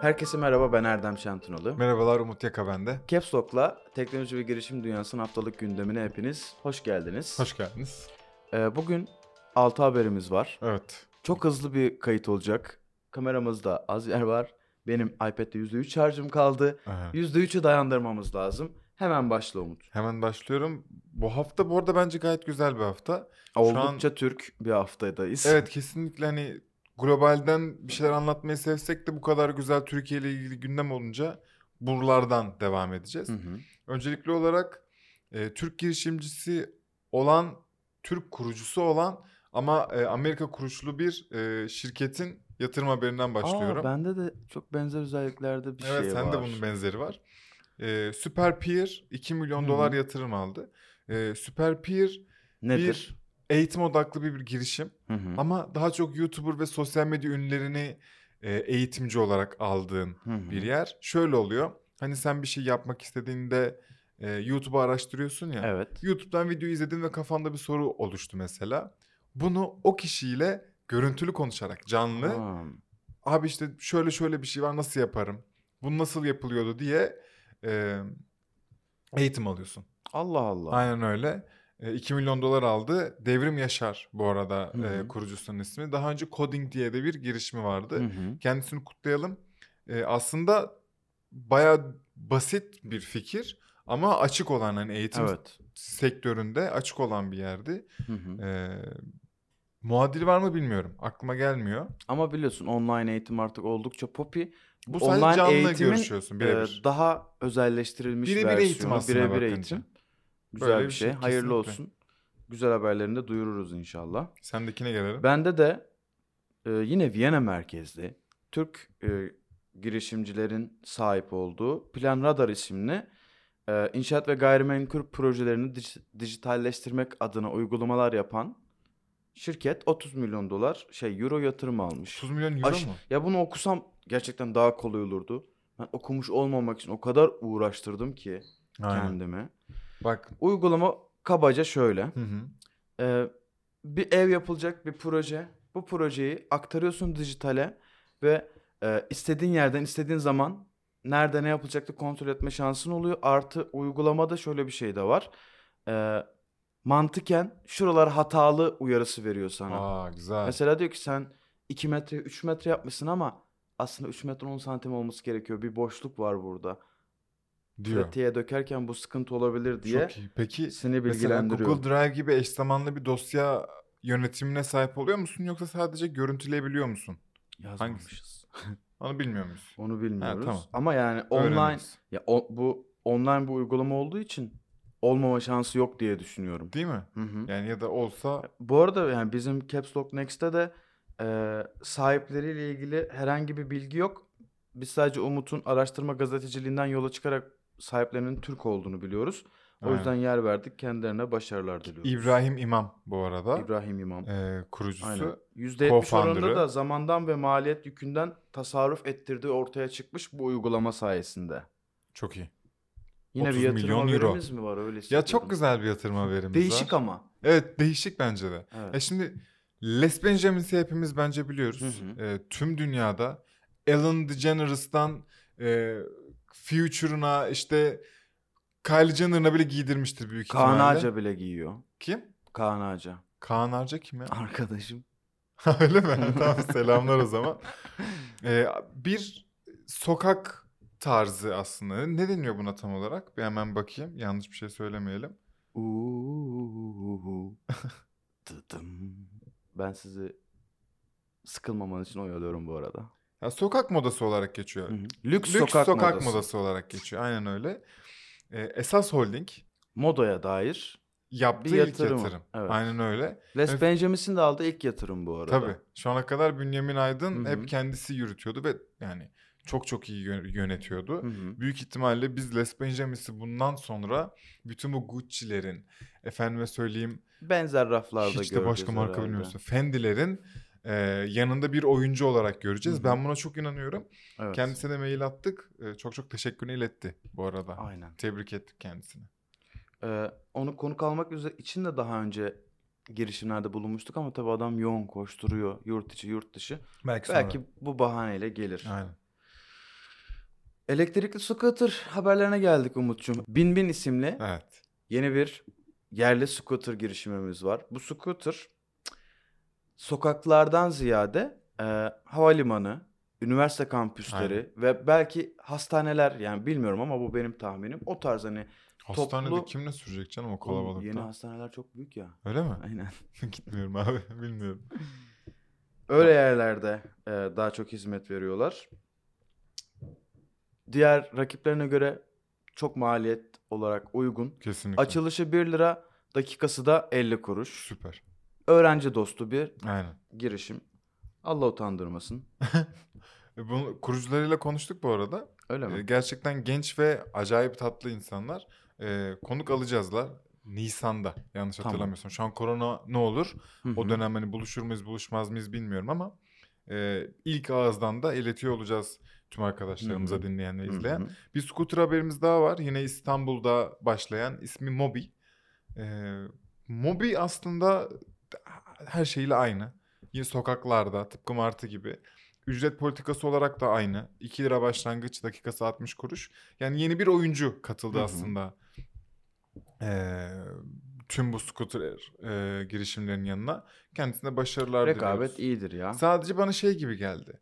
Herkese merhaba ben Erdem Şantinoğlu. Merhabalar Umut Yaka bende. Caps Lock'la teknoloji ve girişim dünyasının haftalık gündemine hepiniz hoş geldiniz. Hoş geldiniz. Ee, bugün 6 haberimiz var. Evet. Çok hızlı bir kayıt olacak. Kameramızda az yer var. Benim iPad'de %3 şarjım kaldı. Aha. %3'ü dayandırmamız lazım. Hemen başla Umut. Hemen başlıyorum. Bu hafta bu arada bence gayet güzel bir hafta. Oldukça Türk bir haftadayız. Evet kesinlikle hani globalden bir şeyler anlatmayı sevsek de bu kadar güzel Türkiye ile ilgili gündem olunca buralardan devam edeceğiz. Hı hı. Öncelikli olarak e, Türk girişimcisi olan, Türk kurucusu olan ama e, Amerika kuruşlu bir e, şirketin yatırım haberinden başlıyorum. Aa, bende de çok benzer özelliklerde bir şey var. Evet sende bunun benzeri var. Ee, Super Peer 2 milyon Hı dolar hı. yatırım aldı. Ee, Super Peer Nedir? eğitim odaklı bir, bir girişim Hı hı. ama daha çok YouTuber ve sosyal medya ünlerini e, eğitimci olarak aldığın Hı hı. bir yer. Şöyle oluyor. Hani sen bir şey yapmak istediğinde e, YouTube'u araştırıyorsun ya. Evet. YouTube'dan video izledin ve kafanda bir soru oluştu mesela. Bunu o kişiyle görüntülü konuşarak canlı Ha. abi işte şöyle şöyle bir şey var nasıl yaparım? Bu nasıl yapılıyordu diye e, eğitim alıyorsun. Allah Allah. Aynen öyle. E, 2 milyon dolar aldı. Devrim Yaşar bu arada Hı e, hı. kurucusunun ismi. Daha önce Coding diye de bir girişimi vardı. Hı hı. Kendisini kutlayalım. E, aslında bayağı basit bir fikir ama açık olan hani eğitim Evet. sektöründe açık olan bir yerdi. Hı hı. E, muadili var mı bilmiyorum. Aklıma gelmiyor. Ama biliyorsun online eğitim artık oldukça popi. Bu Online sadece canlı eğitimin, görüşüyorsun Ee, birebir. daha özelleştirilmiş Birebir versiyonu. eğitim aslında birebir bakınca. eğitim. Güzel Böyle bir bir şey. şey, Hayırlı kesinlikle. olsun. Güzel haberlerini de duyururuz inşallah. Sendekine gelelim. Bende de e, yine Viyana merkezli Türk e, girişimcilerin sahip olduğu Plan Radar isimli e, inşaat ve gayrimenkul projelerini dij- dijitalleştirmek adına uygulamalar yapan şirket 30 milyon dolar şey euro yatırım almış. 30 milyon euro Aş- mu? Ya bunu okusam gerçekten daha kolay olurdu. Ben okumuş olmamak için o kadar uğraştırdım ki Aynen. kendimi. Bak. Uygulama kabaca şöyle. Hı hı. Ee, bir ev yapılacak bir proje. Bu projeyi aktarıyorsun dijitale ve e, istediğin yerden istediğin zaman nerede ne yapılacaklı kontrol etme şansın oluyor. Artı uygulamada şöyle bir şey de var. Ee, mantıken şuralar hatalı uyarısı veriyor sana. Aa güzel. Mesela diyor ki sen 2 metre 3 metre yapmışsın ama aslında 3 metre 10 santim olması gerekiyor. Bir boşluk var burada. diyor. Pratiğe dökerken bu sıkıntı olabilir diye Çok iyi. Peki seni mesela bilgilendiriyor. Google Drive gibi eş zamanlı bir dosya yönetimine sahip oluyor musun yoksa sadece görüntüleyebiliyor musun? Yazmamışız. Onu bilmiyor muyuz? Onu bilmiyoruz. tamam. Ama yani online Öğreniriz. ya o- bu online bir uygulama olduğu için olmama şansı yok diye düşünüyorum. Değil mi? Hı hı. Yani ya da olsa Bu arada yani bizim Caps Lock Next'te de e, sahipleriyle ilgili herhangi bir bilgi yok. Biz sadece Umut'un araştırma gazeteciliğinden yola çıkarak sahiplerinin Türk olduğunu biliyoruz. O Aynen. yüzden yer verdik. Kendilerine başarılar diliyoruz. İbrahim İmam bu arada İbrahim İmam. e, kurucusu. Aynen. %70 oranında co-founder'ı. da zamandan ve maliyet yükünden tasarruf ettirdiği ortaya çıkmış bu uygulama sayesinde. Çok iyi. Yine 30 bir yatırım milyon euro. haberimiz mi var öyle Ya hissediyorum. çok güzel bir yatırım haberimiz Değişik var. ama. Evet değişik bence de. Evet. E şimdi Les Benjamins'i hepimiz bence biliyoruz. Hı E, tüm dünyada Ellen DeGeneres'tan e, Future'ına işte Kylie Jenner'ına bile giydirmiştir büyük ihtimalle. Kaan Ağaca bile giyiyor. Kim? Kaan Ağaca. Kaan Arca kim ya? Arkadaşım. Öyle mi? tamam selamlar o zaman. E, bir sokak tarzı aslında. Ne deniyor buna tam olarak? Bir hemen bakayım. Yanlış bir şey söylemeyelim. Uuu. Tıdım. Ben sizi sıkılmamanız için oyalıyorum bu arada. Ya, sokak modası olarak geçiyor. Hı hı. Lüks, sokak, modası. olarak geçiyor. Aynen öyle. E, Esas Holding Modaya dair. yaptığı Bir ilk yatırımı, yatırım. evet. Aynen öyle. Les Evet. Benjamins'in de aldığı ilk yatırım bu arada. Tabii. Şu ana kadar Bünyamin Aydın Hı hı. hep kendisi yürütüyordu ve yani çok çok iyi yö- yönetiyordu. Hı hı. Büyük ihtimalle biz Les Benjamins'i bundan sonra bütün bu Gucci'lerin, efendime söyleyeyim Benzer raflarda hiç de başka marka herhalde. bilmiyorsun. Fendi'lerin e, yanında bir oyuncu olarak göreceğiz. Hı hı. Ben buna çok inanıyorum. Evet. Kendisine de mail attık. E, çok çok teşekkürünü iletti bu arada. Aynen. Tebrik ettik kendisini. Ee, onu konuk almak üze- için de daha önce girişimlerde bulunmuştuk ama tabii adam yoğun koşturuyor yurt içi yurt dışı. Belki bu bahaneyle gelir. Aynen. Elektrikli scooter haberlerine geldik Umut'cum. Bin Bin isimli Evet. yeni bir yerli scooter girişimimiz var. Bu scooter sokaklardan ziyade e, havalimanı, üniversite kampüsleri Aynen. ve belki hastaneler yani bilmiyorum ama bu benim tahminim. O tarz hani Hastanede Toplu- kimle sürecek canım o oğlum kalabalıkta? yeni hastaneler çok büyük ya. Öyle mi? Aynen. Gitmiyorum abi. Bilmiyorum. Öyle yerlerde e, daha çok hizmet veriyorlar. Diğer rakiplerine göre çok maliyet olarak uygun. Kesinlikle. Açılışı 1 lira, dakikası da 50 kuruş. Süper. Öğrenci dostu bir Aynen. girişim. Allah utandırmasın. E, Bunu kurucularıyla konuştuk bu arada. Öyle E, mi? Gerçekten genç ve acayip tatlı insanlar. E, konuk alacağızlar. Nisan'da yanlış Tamam. hatırlamıyorsam. Şu an korona ne olur? Hı O hı. dönem hani buluşur muyuz buluşmaz mıyız bilmiyorum ama e, ilk ağızdan da iletiyor olacağız tüm arkadaşlarımıza Hı hı. dinleyen ve Hı hı. izleyen. Bir scooter haberimiz daha var. Yine İstanbul'da başlayan ismi Mobi. Ee, Mobi aslında her şeyiyle aynı. Yine sokaklarda tıpkı Martı gibi. Ücret politikası olarak da aynı. 2 lira başlangıç dakikası 60 kuruş. Yani yeni bir oyuncu katıldı Hı hı. aslında. Ee, tüm bu scooter e, girişimlerinin yanına. Kendisine başarılar Rekabet diliyoruz. iyidir ya. Sadece bana şey gibi geldi.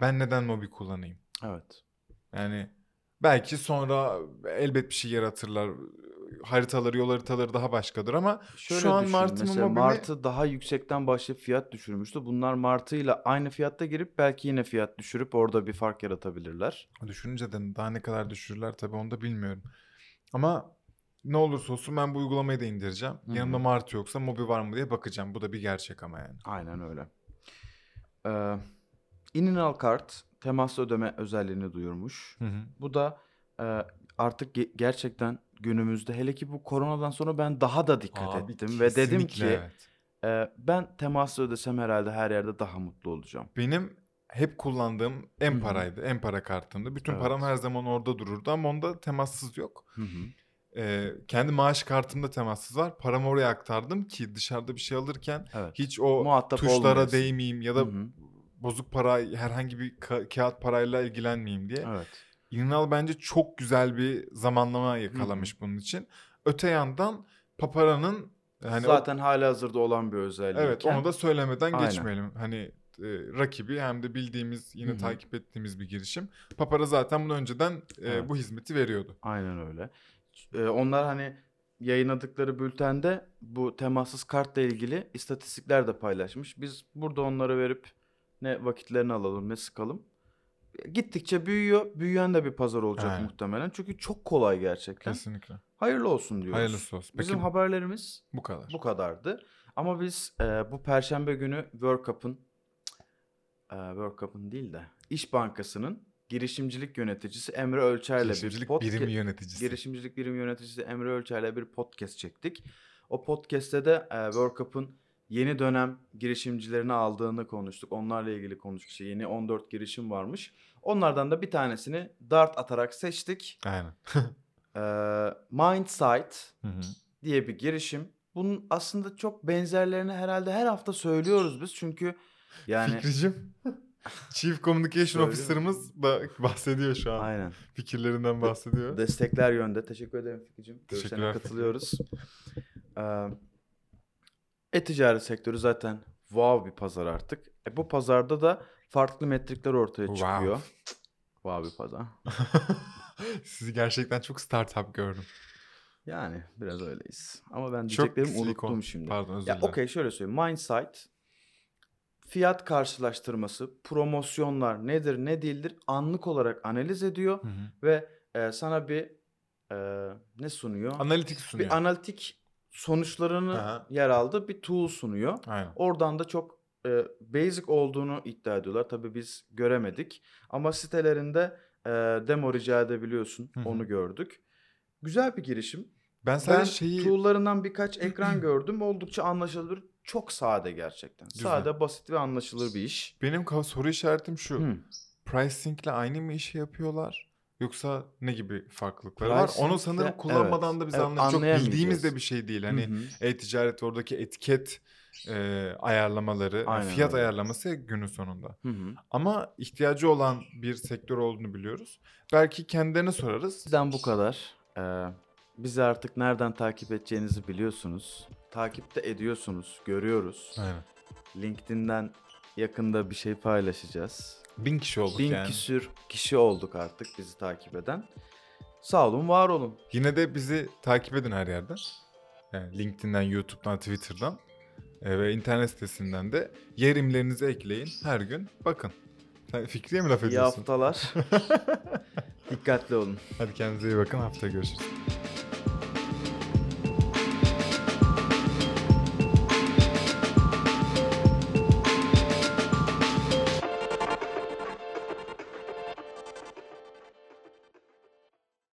Ben neden Mobi kullanayım? Evet. Yani belki sonra elbet bir şey yaratırlar. Haritaları, yol haritaları daha başkadır ama Şöyle an düşün, Martı mı, mesela Mobi mi? Martı daha yüksekten başlayıp fiyat düşürmüştü. Bunlar Martı ile aynı fiyatta girip belki yine fiyat düşürüp orada bir fark yaratabilirler. düşününce de daha ne kadar düşürürler tabii onu da bilmiyorum. Ama ne olursa olsun ben bu uygulamayı da indireceğim. hı. Yanımda Mart yoksa Mobi var mı diye bakacağım. Bu da bir gerçek ama yani. Aynen öyle. Ee, İninal kart temaslı ödeme özelliğini duyurmuş. Bu da e, artık ge- gerçekten günümüzde hele ki bu koronadan sonra ben daha da dikkat Abi ettim ve dedim kesinlikle ki evet. e, ben temaslı ödesem herhalde her yerde daha mutlu olacağım. Benim hep kullandığım Hı en hı. paraydı. En para kartımdı. Bütün Evet. param her zaman orada dururdu ama onda temassız yok. Hı hı. Ee, kendi maaş kartımda temassız var. Paramı oraya aktardım ki dışarıda bir şey alırken Evet. hiç o Muhatap tuşlara olmayasın. değmeyeyim ya da Hı hı. bozuk para herhangi bir ka- kağıt parayla ilgilenmeyeyim diye. Evet. İnanal bence çok güzel bir zamanlama yakalamış bunun için. Öte yandan Papara'nın hani o- Zaten hali hazırda olan bir özellik. evet onu da söylemeden Aynen. geçmeyelim. Hani e, rakibi hem de bildiğimiz yine Hı hı. takip ettiğimiz bir girişim. Papara zaten bunu önceden e, Evet. bu hizmeti veriyordu. Aynen öyle. Ee, onlar hani yayınladıkları bültende bu temassız kartla ilgili istatistikler de paylaşmış. Biz burada onları verip ne vakitlerini alalım ne sıkalım. Gittikçe büyüyor. Büyüyen de bir pazar olacak Aynen. muhtemelen. Çünkü çok kolay gerçekten. Kesinlikle. Hayırlı olsun diyoruz. Hayırlısı olsun. Peki Bizim haberlerimiz bu kadar. bu kadardı. Ama biz e, bu perşembe günü World Cup'ın e, World Cup'ın değil de İş Bankası'nın girişimcilik yöneticisi Emre Ölçer'le bir Girişimcilik podcast birimi yöneticisi. girişimcilik birim yöneticisi Emre Ölçer'le bir podcast çektik. O podcast'te de e, World Cup'ın yeni dönem girişimcilerini aldığını konuştuk. Onlarla ilgili konuştuk. İşte yeni 14 girişim varmış. Onlardan da bir tanesini dart atarak seçtik. Aynen. E, Mindsight Hı hı. diye bir girişim. Bunun aslında çok benzerlerini herhalde her hafta söylüyoruz biz. Çünkü yani Fikricim. Chief Communication Söylüyor. Officer'ımız da bahsediyor şu an. aynen. Fikirlerinden bahsediyor. Destekler yönde. Teşekkür ederim Fikricim. Görüşlerine Teşekkürler Fikri. katılıyoruz. Ee, E-ticaret sektörü zaten wow bir pazar artık. E, bu pazarda da farklı metrikler ortaya Wow. çıkıyor. Wow bir pazar. Sizi gerçekten çok startup gördüm. Yani biraz öyleyiz. Ama ben Çok diyeceklerimi silikon. unuttum şimdi. Pardon özür Ya dilerim. okey şöyle söyleyeyim. Mindsight fiyat karşılaştırması, promosyonlar nedir ne değildir anlık olarak analiz ediyor Hı hı. ve e, sana bir e, ne sunuyor? Analitik sunuyor. bir analitik sonuçlarını Aha. yer aldı bir tool sunuyor. Aynen. Oradan da çok e, basic olduğunu iddia ediyorlar. Tabii biz göremedik ama sitelerinde e, demo rica edebiliyorsun. Hı hı. Onu gördük. Güzel bir girişim. Ben Ben sadece şeyi tool'larından birkaç ekran gördüm. Oldukça anlaşılır. Çok sade gerçekten. Güzel. Sade, basit ve anlaşılır bir iş. benim ka- soru işaretim şu. Hı. Pricing'le aynı mı işi yapıyorlar? Yoksa ne gibi farklılıkları var? Onu Pricing'le- sanırım kullanmadan evet, da biz evet, anlayacağız. Çok anlayamayacağız. bildiğimiz de bir şey değil. Hani Hı hı. e-ticaret oradaki etiket e, ayarlamaları, Aynen fiyat öyle. ayarlaması günün sonunda. Hı hı. Ama ihtiyacı olan bir sektör olduğunu biliyoruz. Belki kendilerine sorarız. Sizden bu kadar. Ee, bizi artık nereden takip edeceğinizi biliyorsunuz. Takipte ediyorsunuz, görüyoruz. Aynen. LinkedIn'den yakında bir şey paylaşacağız. Bin kişi olduk Bin yani. küsür kişi olduk artık bizi takip eden. Sağ olun, var olun. Yine de bizi takip edin her yerden. Yani LinkedIn'den, YouTube'dan, Twitter'dan e, ve internet sitesinden de yerimlerinizi ekleyin. Her gün bakın. Sen Fikri'ye mi laf İyi ediyorsun? haftalar. Dikkatli olun. Hadi kendinize iyi bakın. Haftaya görüşürüz.